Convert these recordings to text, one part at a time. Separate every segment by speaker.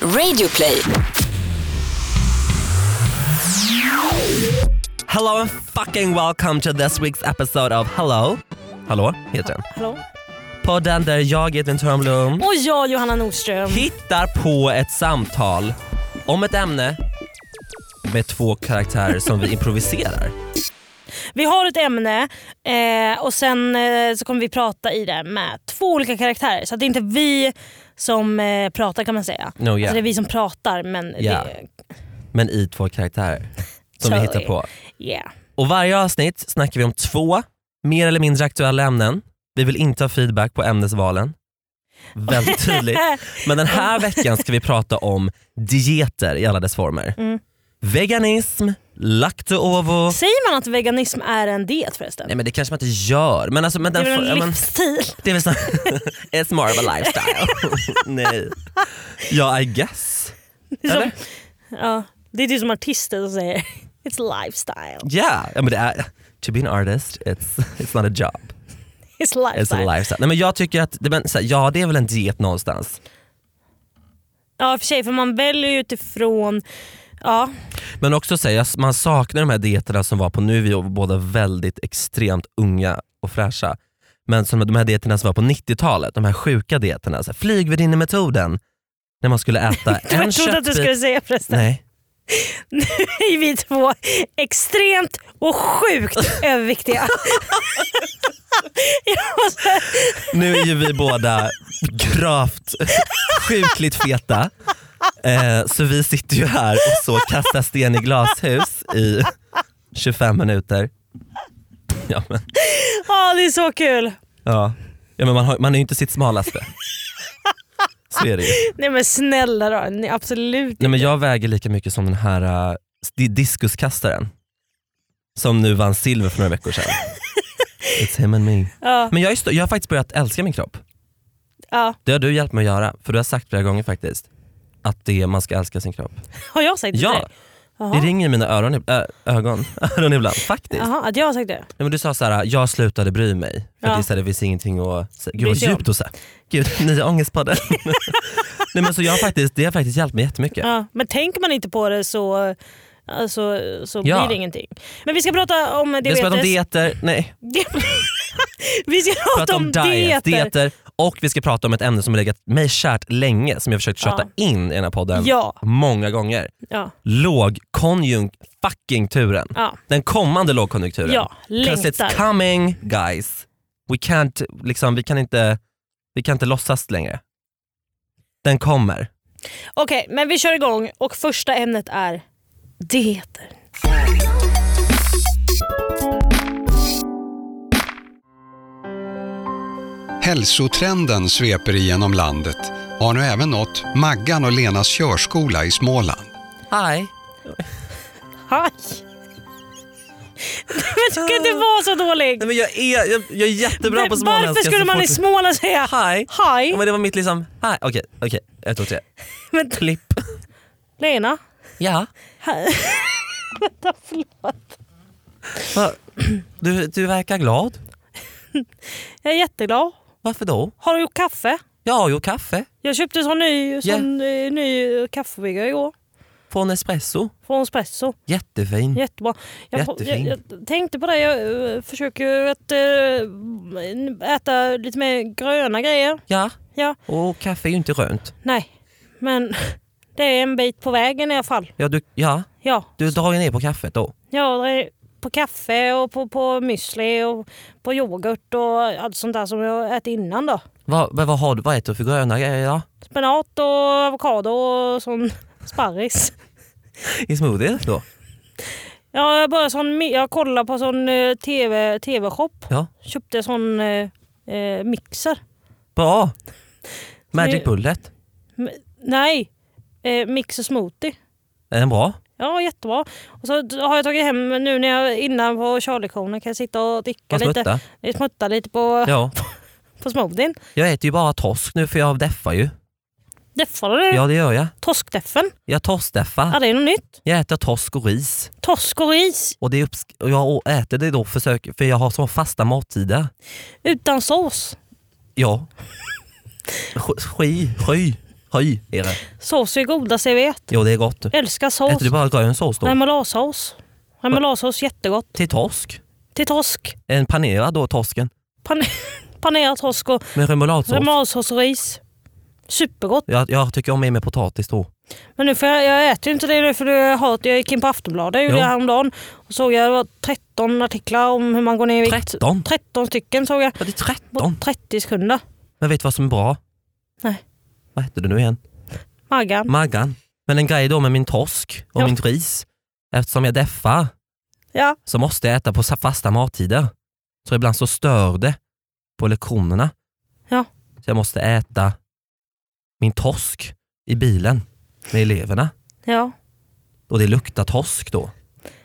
Speaker 1: Radioplay.
Speaker 2: Hello and fucking welcome to this week's episode of Hello. Hallå heter den.
Speaker 3: Hallå?
Speaker 2: Podden där jag, Edvin Törnblom,
Speaker 3: Och jag Johanna Nordström.
Speaker 2: hittar på ett samtal om ett ämne med två karaktärer som vi improviserar.
Speaker 3: Vi har ett ämne eh, och sen eh, så kommer vi prata i det med två olika karaktärer. Så att det är inte vi som eh, pratar kan man säga.
Speaker 2: No, yeah.
Speaker 3: Alltså det är vi som pratar men...
Speaker 2: Yeah.
Speaker 3: Det,
Speaker 2: Men i två karaktärer som vi
Speaker 3: Sorry.
Speaker 2: hittar på.
Speaker 3: yeah.
Speaker 2: Och varje avsnitt snackar vi om två mer eller mindre aktuella ämnen. Vi vill inte ha feedback på ämnesvalen. Väldigt tydligt.
Speaker 3: Eh,
Speaker 2: Men den här veckan ska vi prata om dieter i alla dess former.
Speaker 3: Mm.
Speaker 2: Veganism, lacto-ovo.
Speaker 3: Säger man att veganism är en diet förresten?
Speaker 2: Nej men det kanske man inte gör. Men alltså, men
Speaker 3: det
Speaker 2: den
Speaker 3: är väl
Speaker 2: for- ja,
Speaker 3: en
Speaker 2: men,
Speaker 3: livsstil?
Speaker 2: det är väl snarare... It's more of a lifestyle. Nej. Ja I guess.
Speaker 3: Det är
Speaker 2: Eller?
Speaker 3: som, ja, det är typ som artister som säger It's lifestyle.
Speaker 2: Yeah. Ja, men det är, to be an artist it's, it's not a job.
Speaker 3: It's
Speaker 2: It's
Speaker 3: lifestyle.
Speaker 2: a lifestyle. Nej, men jag tycker att, det- men, så här, ja det är väl en diet någonstans.
Speaker 3: ja i och för sig för man väljer ju utifrån... Ja,
Speaker 2: Men också säga man saknar de här dieterna som var på nu, vi var båda väldigt extremt unga och fräscha. Men som de här dieterna som var på 90-talet, de här sjuka dieterna. så här, Flygvärdinnemetoden, när man skulle äta en
Speaker 3: jag trodde att du
Speaker 2: köttbit-
Speaker 3: skulle säga förresten.
Speaker 2: Nej.
Speaker 3: är vi två extremt och sjukt överviktiga. Jag måste-
Speaker 2: Nu är ju vi båda gravt, sjukligt feta. Eh, så vi sitter ju här och så kastar sten i glashus i 25 minuter. Ja, men,
Speaker 3: Ja, det är så kul.
Speaker 2: ja. Ja, men man, har, man är ju inte sitt smalaste. Så är det ju.
Speaker 3: Nej men snälla då, ni, absolut.
Speaker 2: Nej, men jag väger lika mycket som den här eh, di- diskuskastaren. Som nu vann silver för några veckor sedan. It's him and me.
Speaker 3: Ja,
Speaker 2: Men jag, är sto- jag har faktiskt börjat älska min kropp.
Speaker 3: ja.
Speaker 2: Det har du hjälpt mig att göra, för du har sagt flera gånger faktiskt att det, man ska älska sin kropp.
Speaker 3: Har jag sagt det till
Speaker 2: Ja,
Speaker 3: dig?
Speaker 2: det
Speaker 3: Jaha.
Speaker 2: ringer i mina öron, ib- ö, ögon, öron ibland faktiskt. Nej,
Speaker 3: Jaha, att jag har sagt det?
Speaker 2: men du sa så här: jag slutade bry mig, för
Speaker 3: Ja.
Speaker 2: att det, är så här, det finns ingenting att... sä- Gud
Speaker 3: Bry
Speaker 2: vad
Speaker 3: sig om.
Speaker 2: djupt att säga. Gud, nya ångestpodden. Nej, men så jag har faktiskt, det har faktiskt hjälpt mig jättemycket.
Speaker 3: Ja. Men tänker man inte på det så, alltså, så
Speaker 2: Ja.
Speaker 3: blir det ingenting. Men vi ska prata om
Speaker 2: Vi
Speaker 3: diabetes.
Speaker 2: ska prata om dieter, nej,
Speaker 3: vi ska prata
Speaker 2: prata
Speaker 3: om,
Speaker 2: om diet,
Speaker 3: dieter.
Speaker 2: dieter och vi ska prata om ett ämne som har legat mig kärt länge som jag försökt tjata in i den här podden
Speaker 3: Ja.
Speaker 2: många gånger.
Speaker 3: Ja.
Speaker 2: Lågkonjunk fucking turen.
Speaker 3: Ja.
Speaker 2: Den kommande lågkonjunkturen.
Speaker 3: Ja,
Speaker 2: 'Cause
Speaker 3: längtar.
Speaker 2: it's coming guys. We can't, liksom, vi kan inte, vi kan inte låtsas längre. Den kommer.
Speaker 3: Okej, men vi kör igång och första ämnet är dieter.
Speaker 4: Hälsotrenden sveper igenom landet och har nu även nått Maggan och Lenas körskola i Småland.
Speaker 2: Hi.
Speaker 3: Haj. Men du kan inte vara så dålig.
Speaker 2: Nej, men jag, är, jag, jag är jättebra på småländska.
Speaker 3: Varför skulle
Speaker 2: så
Speaker 3: man
Speaker 2: fort-
Speaker 3: i Småland säga
Speaker 2: Hi.
Speaker 3: haj?
Speaker 2: Ja, men det var mitt liksom, hi. Okej, okej. Ett, två, tre.
Speaker 3: Men
Speaker 2: Klipp.
Speaker 3: Lena,
Speaker 2: Ja.
Speaker 3: vänta förlåt.
Speaker 2: Va? Du, du verkar glad.
Speaker 3: Jag är jätteglad.
Speaker 2: Varför då?
Speaker 3: Har du gjort kaffe?
Speaker 2: Jag har gjort kaffe
Speaker 3: Jag köpte sån ny, sån, eh, ny kaffebryggare igår.
Speaker 2: från Espresso.
Speaker 3: Från Espresso.
Speaker 2: Jättefin.
Speaker 3: Jättebra. Jag, jag,
Speaker 2: Jättefin.
Speaker 3: jag tänkte på det, jag eh, försöker ju att eh, äta lite mer gröna grejer.
Speaker 2: Ja,
Speaker 3: Ja,
Speaker 2: och kaffe är ju inte rönt.
Speaker 3: nej. Men det är en bit på vägen i alla fall.
Speaker 2: Ja, du, ja,
Speaker 3: Ja,
Speaker 2: du drar ju ner på kaffet då.
Speaker 3: Ja, det är på kaffe och på, på müsli och på yoghurt och allt sånt där som jag ätit innan då.
Speaker 2: Vad, vad, vad, har du, vad äter du för gröna grejer idag?
Speaker 3: Spenat och avokado och sån sparris.
Speaker 2: I smoothie då?
Speaker 3: Ja, jag, bara sån, mi- jag kollade på sån eh, TV, TV-shop.
Speaker 2: Ja.
Speaker 3: Köpte sån eh, eh, mixer.
Speaker 2: Bra! Magic
Speaker 3: Nu-
Speaker 2: Bullet.
Speaker 3: M- nej, eh, mixer smoothie.
Speaker 2: Är den bra?
Speaker 3: Ja, jättebra. Och så har jag tagit hem nu när jag innan på körlektionen kan jag sitta och dricka
Speaker 2: Vad
Speaker 3: lite.
Speaker 2: smutta?
Speaker 3: Smutta lite på,
Speaker 2: Ja.
Speaker 3: på smoothien.
Speaker 2: Jag äter ju bara torsk nu för jag deffar ju.
Speaker 3: Deffade du?
Speaker 2: Ja det gör jag.
Speaker 3: Torskdeffen?
Speaker 2: Jag
Speaker 3: Ja,
Speaker 2: torskdeffar.
Speaker 3: det är något nytt.
Speaker 2: Jag äter torsk och ris.
Speaker 3: Torsk och ris
Speaker 2: Och, det är uppsk- och jag å- äter det då försöker, för jag har så fasta mattider.
Speaker 3: utan sås.
Speaker 2: Ja. Sk- Sky, sky, Hoj är det.
Speaker 3: Sås är godast jag vet.
Speaker 2: Jo det är gott.
Speaker 3: Älskar sås.
Speaker 2: Äter du bara grönsås då?
Speaker 3: Remouladsås. Remouladsås jättegott.
Speaker 2: Till torsk?
Speaker 3: Till torsk.
Speaker 2: En panerad då, torsken?
Speaker 3: Pane- Panerad torsk och
Speaker 2: Med remouladsås?
Speaker 3: remouladsås och ris. Supergott.
Speaker 2: jag, jag tycker om mig med potatis då.
Speaker 3: Men nu får jag, jag äter ju inte det nu för jag, har, jag gick in på Aftonbladet gjorde
Speaker 2: Jo.
Speaker 3: jag häromdagen. Och såg jag det var 13 artiklar om hur man går ner i vikt.
Speaker 2: 13?
Speaker 3: 13 stycken såg jag.
Speaker 2: Ja, det är
Speaker 3: På
Speaker 2: 13.
Speaker 3: 30 sekunder.
Speaker 2: Men vet du vad som är bra?
Speaker 3: Nej.
Speaker 2: Vad hette du nu igen?
Speaker 3: Maggan.
Speaker 2: Maggan. Men en grej då med min torsk och
Speaker 3: Ja.
Speaker 2: min ris. Eftersom jag deffar
Speaker 3: Ja.
Speaker 2: så måste jag äta på sa- fasta mattider. Så ibland så stör det på lektionerna.
Speaker 3: Ja.
Speaker 2: Så jag måste äta min torsk i bilen med eleverna.
Speaker 3: ja.
Speaker 2: Och det luktar torsk då.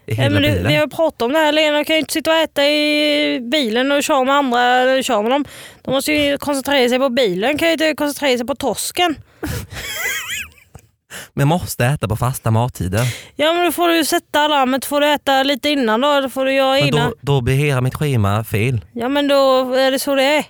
Speaker 2: I
Speaker 3: Nej,
Speaker 2: hela
Speaker 3: men du,
Speaker 2: bilen.
Speaker 3: vi har ju pratat om det här Lena, du kan ju inte sitta och äta i bilen och köra med andra eller köra med dem. De måste ju koncentrera sig på bilen, kan ju inte koncentrera sig på torsken.
Speaker 2: Men måste äta på fasta mattider.
Speaker 3: Ja men då får du sätta alarmet, får du äta lite innan då, eller får du göra
Speaker 2: Men
Speaker 3: innan.
Speaker 2: då, då blir hela mitt schema fel.
Speaker 3: Ja men då är det så det är.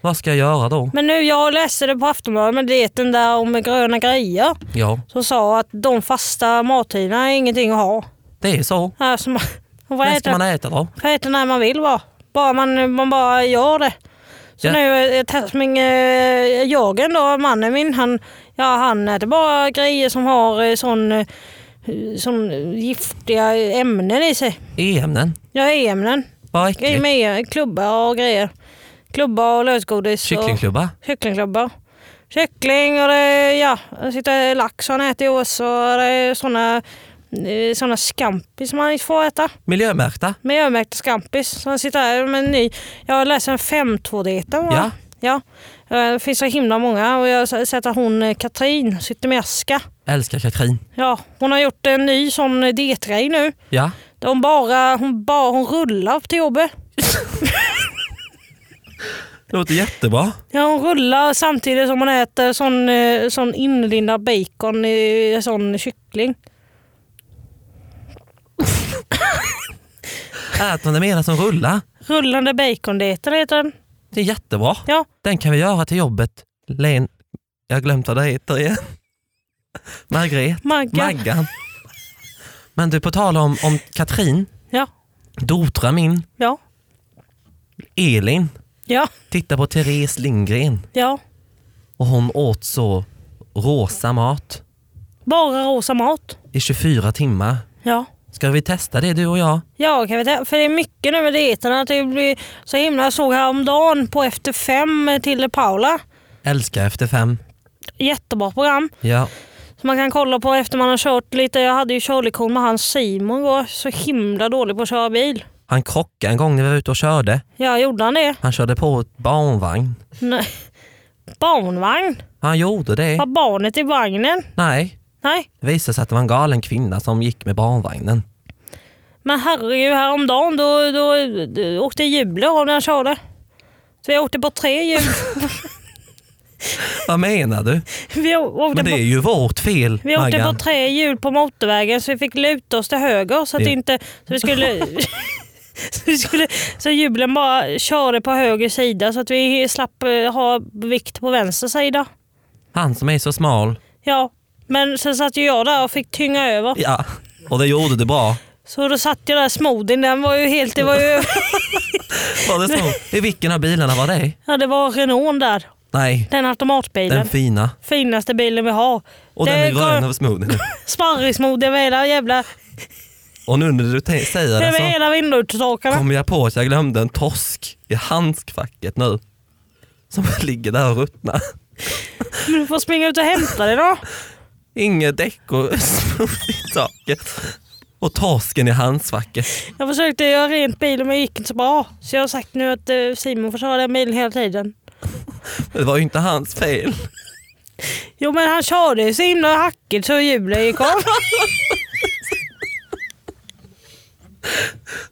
Speaker 2: Vad ska jag göra då?
Speaker 3: Men nu, jag läste det på Aftonbladet med dieten där om gröna grejer.
Speaker 2: Ja,
Speaker 3: Som sa att de fasta mattiderna är ingenting att ha.
Speaker 2: det är så.
Speaker 3: Alltså, man man får
Speaker 2: Vad ska
Speaker 3: äta,
Speaker 2: man äta då?
Speaker 3: får äta när man vill bara. Bara man, man bara gör det. Så
Speaker 2: Ja.
Speaker 3: nu, eh, Tasmin, eh, Jörgen då, mannen min, han, ja, han äter bara grejer som har eh, sån, eh, sån eh, giftiga ämnen i sig.
Speaker 2: E-ämnen.
Speaker 3: Ja, ämnen.
Speaker 2: Vad
Speaker 3: Grejer
Speaker 2: äckligt.
Speaker 3: med E-, klubbar och grejer. Klubbar och lösgodis. och-
Speaker 2: Kycklingklubba.
Speaker 3: Kycklingklubbar. Kyckling och det, ja, det sitter lax han äter ju också. Och det är såna, eh, såna scampis som han inte får äta.
Speaker 2: Miljömärkta.
Speaker 3: Miljömärkta scampis. Så han sitter här med en ny. Jag läser en 5.2-dieten.
Speaker 2: Ja.
Speaker 3: ja. Eh, Det finns så himla många och jag har sett att hon eh, Katrin sitter med aska.
Speaker 2: Älskar Katrin.
Speaker 3: Ja, hon har gjort en ny sån eh, dietgrej nu.
Speaker 2: Ja.
Speaker 3: Där Hon bara, hon bara hon rullar upp till jobbet.
Speaker 2: Det låter jättebra.
Speaker 3: Ja, hon rullar samtidigt som hon äter sån, eh, sån inlindad bacon i sån kyckling.
Speaker 2: Ät man det mera som rullar.
Speaker 3: Rullande bacondieten heter den.
Speaker 2: Det är jättebra.
Speaker 3: Ja.
Speaker 2: Den kan vi göra till jobbet. Len... Jag har glömt vad det heter igen. Margret.
Speaker 3: Magga.
Speaker 2: Maggan. Men du, på tal om, om Katrin.
Speaker 3: Ja.
Speaker 2: Dotra min.
Speaker 3: Ja.
Speaker 2: Elin.
Speaker 3: Ja.
Speaker 2: Titta på Therese Lindgren.
Speaker 3: Ja.
Speaker 2: Och hon åt så rosa mat
Speaker 3: Bara rosa mat.
Speaker 2: i 24 timmar.
Speaker 3: Ja.
Speaker 2: Ska vi testa det du och jag?
Speaker 3: Ja, kan vi ta- för det är mycket nu med dieterna. att Det blir så himla jag såg häromdagen på Efter fem till Paula.
Speaker 2: Älskar efter fem.
Speaker 3: Jättebra program
Speaker 2: Ja.
Speaker 3: som man kan kolla på efter man har kört lite. Jag hade ju körlektion med han Simon igår. Så himla dålig på att köra bil.
Speaker 2: Han krockade en gång när vi var ute och körde.
Speaker 3: Ja, gjorde han det?
Speaker 2: Han körde på ett barnvagn.
Speaker 3: Nej. Barnvagn?
Speaker 2: Han gjorde det.
Speaker 3: Var barnet i vagnen?
Speaker 2: Nej,
Speaker 3: Nej.
Speaker 2: det visade sig att det var en galen kvinna som gick med barnvagnen.
Speaker 3: Men herregud, häromdagen då, då, då åkte hjulet av när jag körde. Så vi åkte på tre hjul.
Speaker 2: Vad menar du?
Speaker 3: Vi å- åkte,
Speaker 2: Men det är
Speaker 3: på,
Speaker 2: ju vårt fel
Speaker 3: vi åkte på
Speaker 2: Maggan.
Speaker 3: tre hjul på motorvägen så vi fick luta oss till höger så att
Speaker 2: Det-
Speaker 3: inte... Så vi skulle... Så, vi skulle, så hjulen bara körde på höger sida så att vi slapp eh, ha vikt på vänster sida.
Speaker 2: Han som är så smal.
Speaker 3: Ja, men sen satt ju jag där och fick tynga över.
Speaker 2: Ja, och det gjorde du bra.
Speaker 3: Så då satt jag där smoothien, den var ju helt... Det var ju,
Speaker 2: Var det så? I vilken av bilarna var det?
Speaker 3: ja, det var Renault där.
Speaker 2: Nej,
Speaker 3: Den automatbilen.
Speaker 2: den fina.
Speaker 3: finaste bilen vi har.
Speaker 2: Och
Speaker 3: det
Speaker 2: den är grön
Speaker 3: går
Speaker 2: över smoothien.
Speaker 3: sparrismod över hela jävla...
Speaker 2: Och nu när du te- säger
Speaker 3: Över
Speaker 2: det
Speaker 3: hela
Speaker 2: så
Speaker 3: vindrutetorkarna.
Speaker 2: kom jag på att jag glömde en torsk i handskfacket nu. Som ligger där och ruttnar.
Speaker 3: Men Du får springa ut och hämta det då.
Speaker 2: Inget däck och smooth i taket. Och torsken i handskfacket.
Speaker 3: Jag försökte göra rent bilen men det gick inte så bra. Så jag har sagt nu att eh, Simon får köra den bilen hela tiden.
Speaker 2: Det var ju inte hans fel.
Speaker 3: Jo men han körde ju så himla hackigt så hjulet gick av.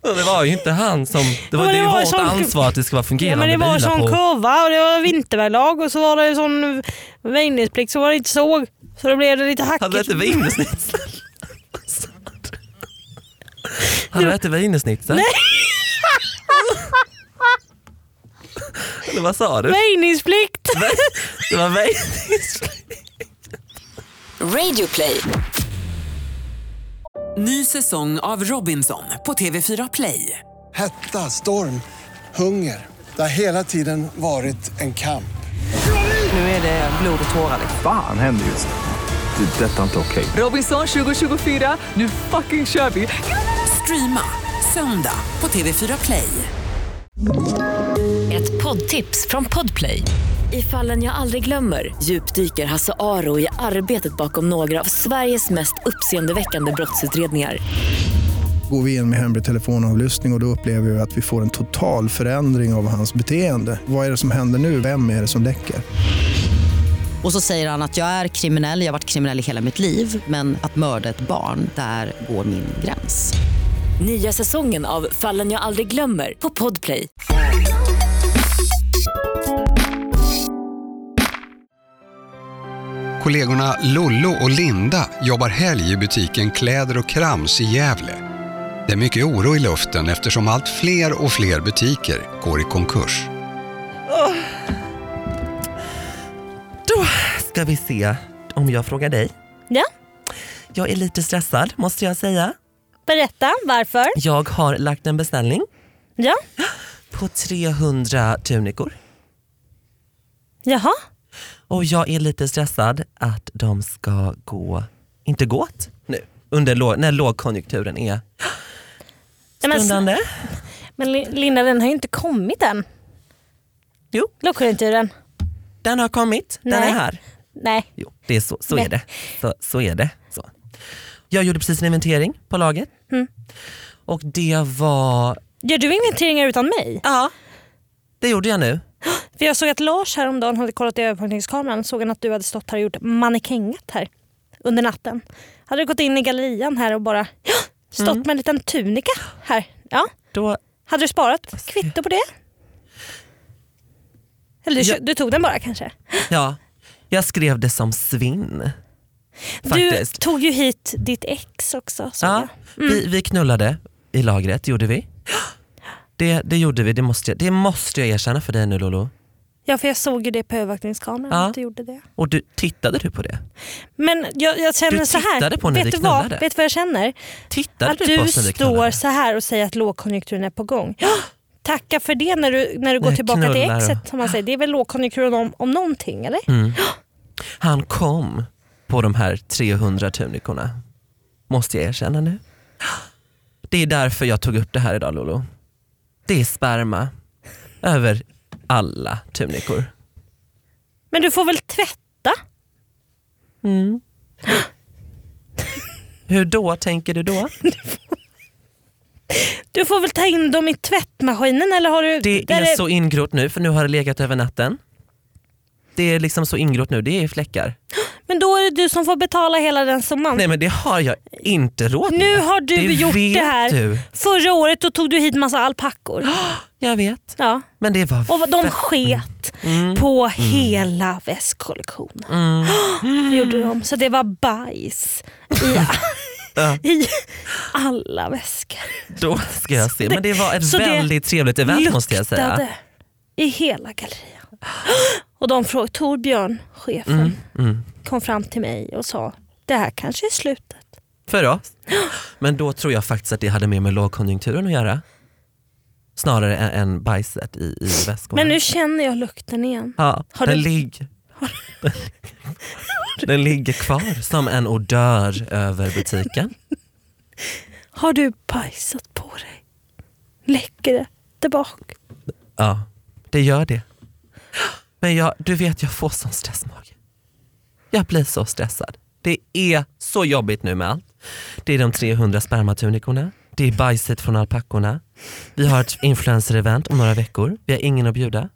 Speaker 2: Det var ju inte han som... Det var, det
Speaker 3: Ja, men det
Speaker 2: är ju
Speaker 3: var
Speaker 2: vårt
Speaker 3: sån-
Speaker 2: ansvar att det ska vara
Speaker 3: Ja,
Speaker 2: fungerande
Speaker 3: men det var
Speaker 2: bilar
Speaker 3: sån
Speaker 2: på.
Speaker 3: kurva och det var vinterväglag och så var det sån väjningsplikt som man inte såg. Så då blev det lite
Speaker 2: Hade du
Speaker 3: hackigt.
Speaker 2: ätit wienersnitzel? Hade du ätit wienersnitzel? Nej! Eller vad sa du?
Speaker 3: Väjningsplikt!
Speaker 2: Det var wienersnitzel.
Speaker 1: Radioplay.
Speaker 5: Ny säsong av Robinson på TV4 Play.
Speaker 6: Hetta, storm, hunger. Det har hela tiden varit en kamp.
Speaker 5: Nu är det blod och tårar.
Speaker 7: Fan händer just nu. Det. är Detta är inte okej.
Speaker 5: Robinson 2024, nu fucking kör vi! Streama söndag på TV4 Play.
Speaker 1: Ett poddtips från Podplay. I fallen jag aldrig glömmer djupdyker Hasse Aro i arbetet bakom några av Sveriges mest uppseendeväckande brottsutredningar.
Speaker 8: Går vi in med hemlig telefonavlyssning och, och då upplever vi att vi får en total förändring av hans beteende. Vad är det som händer nu? Vem är det som läcker?
Speaker 9: Och så säger han att jag är kriminell, jag har varit kriminell i hela mitt liv men att mörda ett barn, där går min gräns.
Speaker 1: Nya säsongen av Fallen jag aldrig glömmer på Podplay.
Speaker 4: Kollegorna Lollo och Linda jobbar helg i butiken Kläder och Krams i Gävle. Det är mycket oro i luften eftersom allt fler och fler butiker går i konkurs.
Speaker 2: Då ska vi se om jag frågar dig.
Speaker 3: Ja,
Speaker 2: Jag är lite stressad måste jag säga.
Speaker 3: berätta varför.
Speaker 2: Jag har lagt en beställning
Speaker 3: Ja,
Speaker 2: på 300 tunikor
Speaker 3: jaha.
Speaker 2: och jag är lite stressad att de ska gå, inte gå åt nu under låg, när lågkonjunkturen är
Speaker 3: Nej, men, sn-
Speaker 2: stundande.
Speaker 3: men Li- Linda den har ju inte kommit än.
Speaker 2: Jo,
Speaker 3: Lågkonjunkturen.
Speaker 2: den har kommit, den
Speaker 3: Nej.
Speaker 2: är här.
Speaker 3: Nej.
Speaker 2: Jo, det är så, så
Speaker 3: Nej.
Speaker 2: är det. Så, så är det. Så. Jag gjorde precis en inventering på laget
Speaker 3: Mm.
Speaker 2: och det var,
Speaker 3: Gör du inventeringar utan mig?
Speaker 2: ja det gjorde jag nu.
Speaker 3: För jag såg att Lars häromdagen hade kollat i övervakningskameran såg han att du hade stått här och gjort mannekänget här under natten. Hade du gått in i gallerian här och bara ja, stått
Speaker 2: Mm.
Speaker 3: med en liten tunika här. Ja.
Speaker 2: Då
Speaker 3: Hade du sparat kvitto på det? Eller du, kö- du tog den bara kanske?
Speaker 2: Ja, jag skrev det som svinn.
Speaker 3: Du
Speaker 2: Faktiskt.
Speaker 3: tog ju hit ditt ex också. såg
Speaker 2: ja,
Speaker 3: jag. Mm.
Speaker 2: vi, vi knullade i lagret, gjorde vi. Det, det gjorde vi, det måste, jag, det måste jag erkänna för dig nu Lolo.
Speaker 3: Ja, för jag såg ju det på övervakningskameran
Speaker 2: Ja.
Speaker 3: att du gjorde det.
Speaker 2: Och du, tittade du på det?
Speaker 3: Men jag, jag känner
Speaker 2: Du
Speaker 3: så här.
Speaker 2: tittade på när
Speaker 3: vet
Speaker 2: vi
Speaker 3: du vad,
Speaker 2: knullade.
Speaker 3: Vet du vad jag känner?
Speaker 2: Tittade
Speaker 3: att
Speaker 2: du, på
Speaker 3: du
Speaker 2: oss när vi knullade?
Speaker 3: står så här och säger att lågkonjunkturen är på gång. Tacka för det när du, när du går
Speaker 2: Nej,
Speaker 3: tillbaka till
Speaker 2: knullar Mm. och-
Speaker 3: exet. Som man säger. Det är väl lågkonjunkturen om, om någonting eller?
Speaker 2: Han kom på de här 300 tunikorna. Måste jag erkänna nu. Det är därför jag tog upp det här idag Lolo. Det är sperma över alla tunikor.
Speaker 3: Men du får väl tvätta?
Speaker 2: Hur då tänker du då?
Speaker 3: Du får väl ta in dem i tvättmaskinen eller har du...
Speaker 2: Det
Speaker 3: där
Speaker 2: är så ingrott nu för nu har det legat över natten. Det är liksom så ingrott nu, det är fläckar.
Speaker 3: Men då är det du som får betala hela den summan.
Speaker 2: Nej men det har jag inte råd med.
Speaker 3: Nu har du
Speaker 2: det
Speaker 3: gjort
Speaker 2: vet
Speaker 3: det här.
Speaker 2: Du.
Speaker 3: Förra året då tog du hit massa alpackor.
Speaker 2: Jag vet.
Speaker 3: Ja.
Speaker 2: Men det var
Speaker 3: Och
Speaker 2: fett.
Speaker 3: de
Speaker 2: Mm.
Speaker 3: sket på hela västkollektionen.
Speaker 2: Mm.
Speaker 3: Det gjorde de. Så det var bajs i,
Speaker 2: Ja.
Speaker 3: i alla väskor.
Speaker 2: Då ska jag se. Men det var ett
Speaker 3: Så det
Speaker 2: väldigt trevligt event måste jag säga.
Speaker 3: Luktade i hela gallerian. Och de frågade, Torbjörn, chefen,
Speaker 2: Mm.
Speaker 3: kom fram till mig och sa det här kanske är slutet.
Speaker 2: För oss. Men då tror jag faktiskt att det hade mer med lågkonjunkturen att göra. Snarare än, än bajset i, i väskorna.
Speaker 3: Men nu känner jag lukten igen.
Speaker 2: ja,
Speaker 3: har
Speaker 2: den,
Speaker 3: du-
Speaker 2: ligger, den ligger kvar som en odör över butiken.
Speaker 3: Har du bajsat på dig? Läcker det tillbaka?
Speaker 2: Ja, det gör det. Men jag, du vet, jag får sån stressmage. Jag blir så stressad. Det är så jobbigt nu med allt. Det är de 300 spermatunikorna, det är bajset från alpackorna, vi har ett influencer-event om några veckor, vi har ingen att bjuda.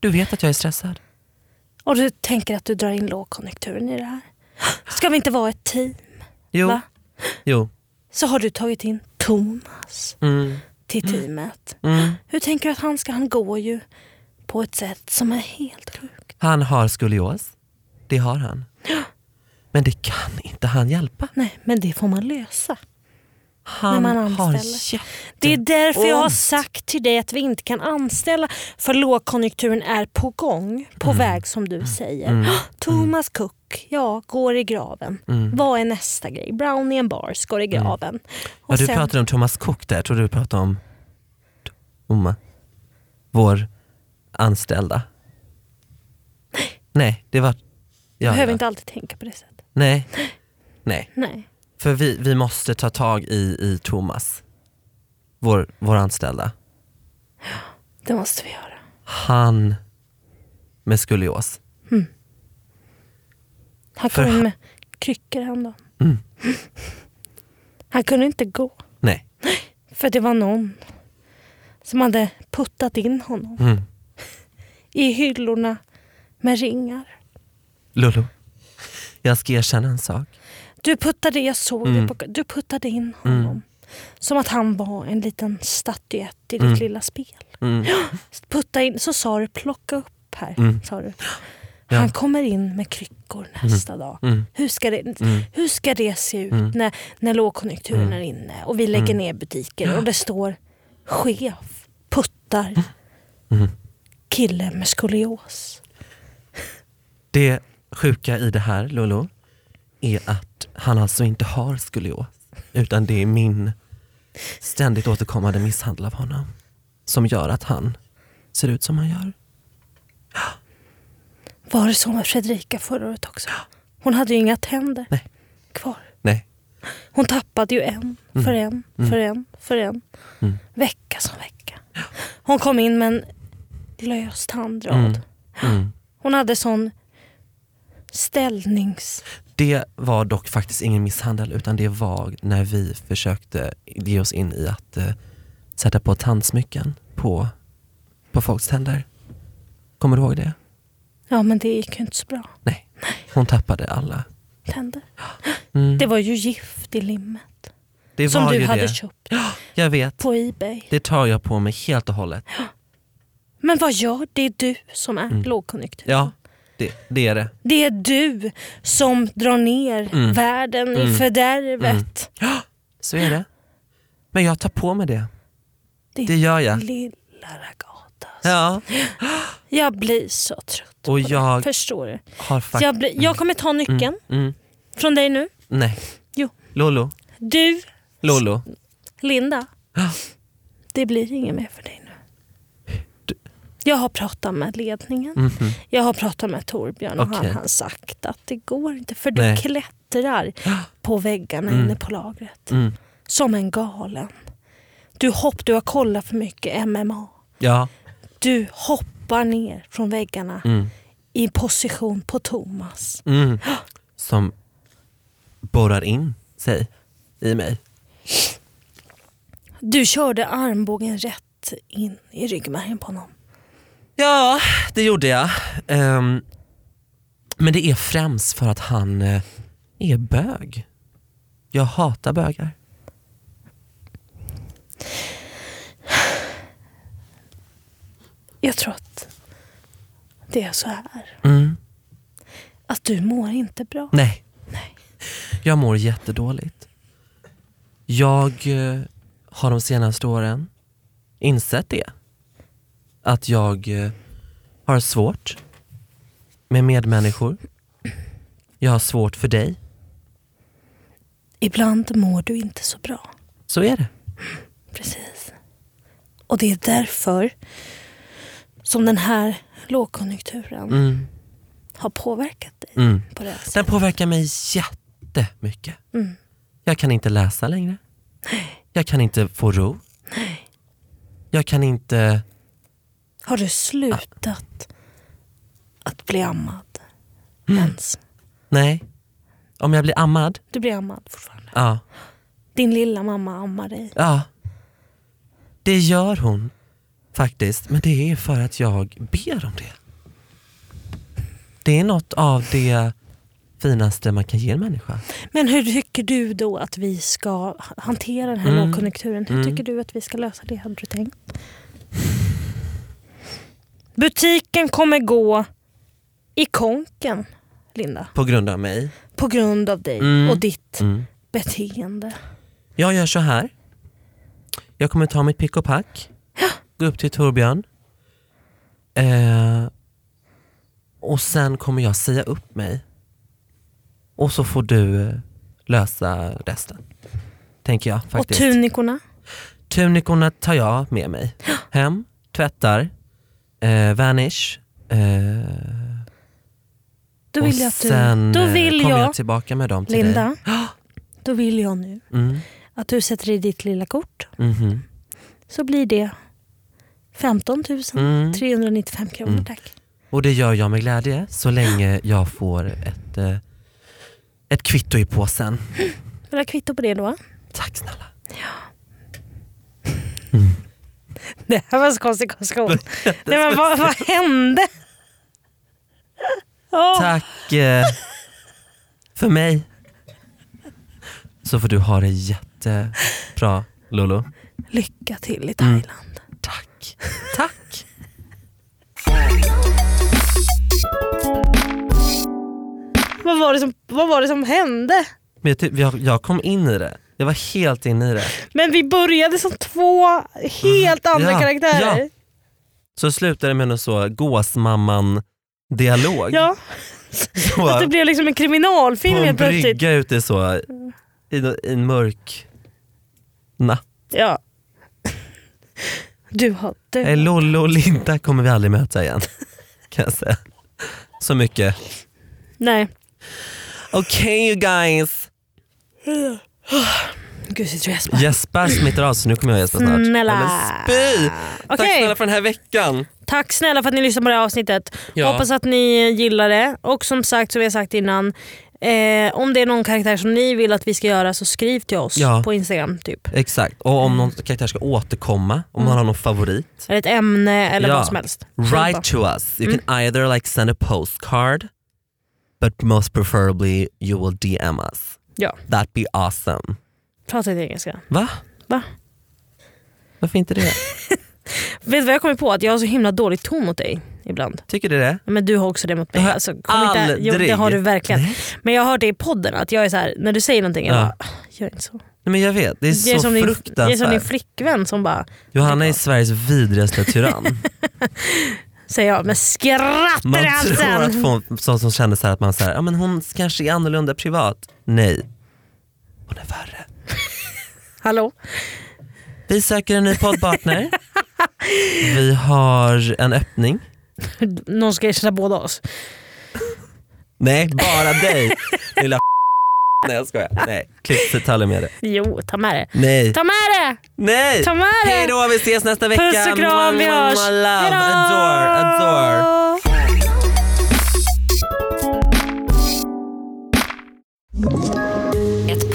Speaker 2: Du vet att jag är stressad.
Speaker 3: Och du tänker att du drar in lågkonjunkturen i det här. Ska vi inte vara ett team?
Speaker 2: Jo,
Speaker 3: Va?
Speaker 2: jo.
Speaker 3: Så har du tagit in Thomas
Speaker 2: Mm.
Speaker 3: till teamet.
Speaker 2: Mm.
Speaker 3: Hur tänker du att han ska? Han går ju på ett sätt som är helt sjukt.
Speaker 2: Han har skolios, det har han. Men det kan inte han hjälpa.
Speaker 3: Nej, men det får man lösa.
Speaker 2: Han
Speaker 3: man
Speaker 2: har
Speaker 3: anställer. Det är därför jag har sagt till dig att vi inte kan anställa
Speaker 2: Mm.
Speaker 3: för lågkonjunkturen är på gång, på väg som du säger. Thomas Cook och ja, går i graven. Vad är nästa grej? Brownie and bars går i graven. Och
Speaker 2: Mm. Ja, du
Speaker 3: sen-
Speaker 2: pratade om Thomas Cook där, jag tror du pratade om Oma, vår anställda. Nej, det var... Ja,
Speaker 3: behöver
Speaker 2: ja.
Speaker 3: inte alltid tänka på det sättet.
Speaker 2: Nej. Nej,
Speaker 3: Nej.
Speaker 2: för vi, vi måste ta tag i, i Thomas, vår, vår anställda.
Speaker 3: Det måste vi göra.
Speaker 2: Han med skolios.
Speaker 3: Han
Speaker 2: För
Speaker 3: kom in
Speaker 2: han-
Speaker 3: med kryckor häromdagen.
Speaker 2: Mm.
Speaker 3: Han kunde inte gå.
Speaker 2: Nej.
Speaker 3: För det var någon som hade puttat in honom
Speaker 2: Mm.
Speaker 3: i hyllorna med ringar.
Speaker 2: Lulu, jag ska erkänna en sak.
Speaker 3: Du puttade, jag såg
Speaker 2: Mm.
Speaker 3: det på, du puttade in honom. Som att han var en liten statyett i ditt lilla spel.
Speaker 2: Mm.
Speaker 3: Putta in, så sa du plocka upp här. Sa du.
Speaker 2: Ja.
Speaker 3: Han kommer in med kryckor nästa dag.
Speaker 2: Mm. Mm.
Speaker 3: Hur, ska det, hur ska det se ut när, när lågkonjunkturen är inne och vi lägger ner butiker och det står chef, puttar,
Speaker 2: Mm.
Speaker 3: kille med skolios.
Speaker 2: Det sjuka i det här Lolo är att han alltså inte har skolios utan det är min ständigt återkommande misshandel av honom som gör att han ser ut som han gör.
Speaker 3: Var det så med Fredrika förra året också? Hon hade ju inga tänder
Speaker 2: Nej.
Speaker 3: kvar.
Speaker 2: Nej,
Speaker 3: Hon tappade ju en för
Speaker 2: Mm.
Speaker 3: en för en för en. Vecka som vecka. Hon kom in med en lös tandrad.
Speaker 2: Mm.
Speaker 3: Hon hade sån ställnings...
Speaker 2: det var dock faktiskt ingen misshandel utan det var när vi försökte ge oss in i att eh, sätta på tandsmycken på, på folks tänder. Kommer du ihåg det?
Speaker 3: Ja men det gick ju inte så bra.
Speaker 2: Nej, hon tappade alla.
Speaker 3: Tänder.
Speaker 2: Mm.
Speaker 3: Det var ju gift i limmet.
Speaker 2: Det
Speaker 3: Som
Speaker 2: var
Speaker 3: du
Speaker 2: ju
Speaker 3: hade
Speaker 2: det.
Speaker 3: köpt
Speaker 2: Jag vet,
Speaker 3: på Ebay.
Speaker 2: det tar jag på mig helt och hållet.
Speaker 3: Men vad gör det du som är lågkonjunktur?
Speaker 2: Mm. Ja, det, det är det.
Speaker 3: Det är du som drar ner
Speaker 2: Mm.
Speaker 3: världen i fördärvet.
Speaker 2: Så är det. Men jag tar på mig det.
Speaker 3: Din
Speaker 2: Det gör jag.
Speaker 3: lilla ragata.
Speaker 2: Ja.
Speaker 3: Jag blir så trött
Speaker 2: Och
Speaker 3: på
Speaker 2: jag-
Speaker 3: det. Förstår du?
Speaker 2: Har fakt-
Speaker 3: Jag, blir, jag kommer ta nyckeln
Speaker 2: mm.
Speaker 3: från dig nu.
Speaker 2: Nej.
Speaker 3: Jo.
Speaker 2: Lolo,
Speaker 3: Du,
Speaker 2: Lolo.
Speaker 3: Linda. Det blir inget mer för dig nu. Jag har pratat med ledningen. Jag har pratat med Torbjörn och
Speaker 2: Mhm. Okej.
Speaker 3: han har sagt att det går inte för du
Speaker 2: Nej.
Speaker 3: klättrar på väggarna inne på lagret.
Speaker 2: Mm.
Speaker 3: Som en galen. Du, hopp, du har kollat för mycket MMA.
Speaker 2: Ja.
Speaker 3: Du hoppar ner från väggarna
Speaker 2: Mm.
Speaker 3: i position på Thomas.
Speaker 2: Mm. Som borrar in sig i mig.
Speaker 3: Du körde armbågen rätt in i ryggmärgen på honom.
Speaker 2: Ja, det gjorde jag. Ehm, men det är främst för att han eh, är bög. Jag hatar bögar.
Speaker 3: Jag tror att det är så här.
Speaker 2: Mm.
Speaker 3: Att du mår inte bra.
Speaker 2: Nej. Jag mår jättedåligt. Jag eh, har de senaste åren insett det. Att jag eh, har svårt med medmänniskor. Jag har svårt för dig.
Speaker 3: Ibland mår du inte så bra.
Speaker 2: Så är det.
Speaker 3: Precis. Och det är därför som den här lågkonjunkturen
Speaker 2: Mm.
Speaker 3: har påverkat dig
Speaker 2: Mm.
Speaker 3: på det här sättet.
Speaker 2: Den påverkar mig jättemycket. Jag kan inte läsa längre. Jag kan inte få ro. Jag kan inte...
Speaker 3: Har du slutat att bli ammad? Ens.
Speaker 2: Nej. Om jag blir ammad?
Speaker 3: Du blir ammad fortfarande.
Speaker 2: Ja.
Speaker 3: Din lilla mamma ammar dig.
Speaker 2: Ja. Det gör hon faktiskt. Men det är för att jag ber om det. Det är något av det finaste man kan ge en människa.
Speaker 3: Men hur tycker du då att vi ska hantera den här
Speaker 2: Mm.
Speaker 3: lågkonjunkturen? Hur tycker du att vi ska lösa det? Hade du tänkt? Butiken kommer gå i konken, Linda.
Speaker 2: På grund av mig.
Speaker 3: På grund av dig
Speaker 2: Mm.
Speaker 3: och ditt
Speaker 2: Mm.
Speaker 3: beteende.
Speaker 2: Jag gör så här. Jag kommer ta mitt pick och pack. Gå upp till Torbjörn. Eh, och sen kommer jag säga upp mig Och så får du eh, lösa resten. Tänker jag
Speaker 3: Och
Speaker 2: faktiskt.
Speaker 3: tunikorna.
Speaker 2: Tunikorna tar jag med mig hem, tvättar, eh, vanish. Eh,
Speaker 3: Då
Speaker 2: och
Speaker 3: vill jag att du...
Speaker 2: sen
Speaker 3: då
Speaker 2: eh,
Speaker 3: vill
Speaker 2: kommer jag,
Speaker 3: jag,
Speaker 2: tillbaka med dem till dig.
Speaker 3: Linda, då vill jag nu
Speaker 2: Mm,
Speaker 3: att du sätter i ditt lilla kort.
Speaker 2: mhm,
Speaker 3: Så blir det 15
Speaker 2: mm.
Speaker 3: 395 kronor
Speaker 2: Mm.
Speaker 3: tack.
Speaker 2: Och det gör jag med glädje så länge jag får ett, eh, ett kvitto i påsen.
Speaker 3: Vill du ha kvitto på det då?
Speaker 2: Tack snälla.
Speaker 3: Det här var en konstig konstruktion. Nej, men vad, vad hände? Åh,
Speaker 2: Tack eh, för mig. Så får du ha det jättebra Lolo.
Speaker 3: lycka till i Thailand.
Speaker 2: Mm. Tack. Tack.
Speaker 3: Vad, var det som, vad var det som hände?
Speaker 2: Men jag, ty- jag, jag kom in i det. Jag var helt inne i det.
Speaker 3: Men vi började som två helt andra
Speaker 2: Mm. Ja,
Speaker 3: karaktärer.
Speaker 2: Så slutade det med någon så gåsmamman-dialog.
Speaker 3: Ja. Så att det
Speaker 2: så,
Speaker 3: blev liksom en
Speaker 2: på
Speaker 3: kriminalfilm
Speaker 2: en
Speaker 3: helt plötsligt.
Speaker 2: brygga ute så, i, no- i en mörk natt.
Speaker 3: Ja. Du har
Speaker 2: Eh,
Speaker 3: död.
Speaker 2: Lollo och Linda kommer vi aldrig möta igen. Kan jag säga. Så mycket.
Speaker 3: Nej.
Speaker 2: Okej you guys.
Speaker 3: Gud, jag tror jag spar.
Speaker 2: Gäspar smittar av sig, nu kommer jag gäspa snart.
Speaker 3: Snälla.
Speaker 2: Nej, men spy! Tack
Speaker 3: Okej.
Speaker 2: snälla för den här veckan.
Speaker 3: Tack snälla för att ni lyssnade på det här avsnittet.
Speaker 2: Ja.
Speaker 3: Hoppas att ni gillar det. Och som sagt, som vi har sagt innan, eh, om det är någon karaktär som ni vill att vi ska göra så skriv till oss
Speaker 2: Ja.
Speaker 3: på Instagram. typ.
Speaker 2: Exakt, och om någon karaktär ska återkomma, om
Speaker 3: Mm.
Speaker 2: man har någon favorit.
Speaker 3: Eller ett ämne eller
Speaker 2: Ja.
Speaker 3: vad som helst.
Speaker 2: Write to us.
Speaker 3: Mm.
Speaker 2: You can either like send a postcard, but most preferably you will DM us.
Speaker 3: Ja.
Speaker 2: That'd be awesome.
Speaker 3: Prata inte engelska.
Speaker 2: Va?
Speaker 3: Va?
Speaker 2: Varför inte det?
Speaker 3: Vet du vad jag kommer på? Att jag har så himla dålig ton mot dig ibland.
Speaker 2: Tycker du det?
Speaker 3: Men du har också det mot
Speaker 2: Det
Speaker 3: mig.
Speaker 2: har
Speaker 3: Alltså, kom inte, jo, det
Speaker 2: Äh, aldrig.
Speaker 3: har du verkligen.
Speaker 2: Nej.
Speaker 3: Men jag har hört det i podden att jag är så här, när du säger någonting, jag
Speaker 2: Ja.
Speaker 3: bara, "Ah, gör inte så.
Speaker 2: Nej, men jag vet, det är
Speaker 3: jag är
Speaker 2: så
Speaker 3: som din, jag är som din
Speaker 2: fruktansvärt.
Speaker 3: flickvän som bara,
Speaker 2: Johanna är Sveriges vidrigaste tyrann.
Speaker 3: säger jag med skratt i
Speaker 2: Man tror
Speaker 3: halsen.
Speaker 2: att hon, så, som kände så här att man så här, ja, men hon kanske är annorlunda privat. Nej, hon är värre.
Speaker 3: Hallå?
Speaker 2: Vi söker en ny poddpartner. Vi har en öppning.
Speaker 3: Någon ska ersätta båda oss.
Speaker 2: Nej, bara dig lilla Nej jag skojar. Nej, klipp detaljer med det.
Speaker 3: Jo, ta med det.
Speaker 2: Nej,
Speaker 3: Ta med det!
Speaker 2: nej!
Speaker 3: Ta med det!
Speaker 2: Hej då, vi ses nästa vecka.
Speaker 3: Puss och kram, vi
Speaker 2: Mwah, mwah,
Speaker 3: hörs!
Speaker 2: mwah, Love,
Speaker 3: Hejdå!
Speaker 2: adore, adore.
Speaker 1: Ett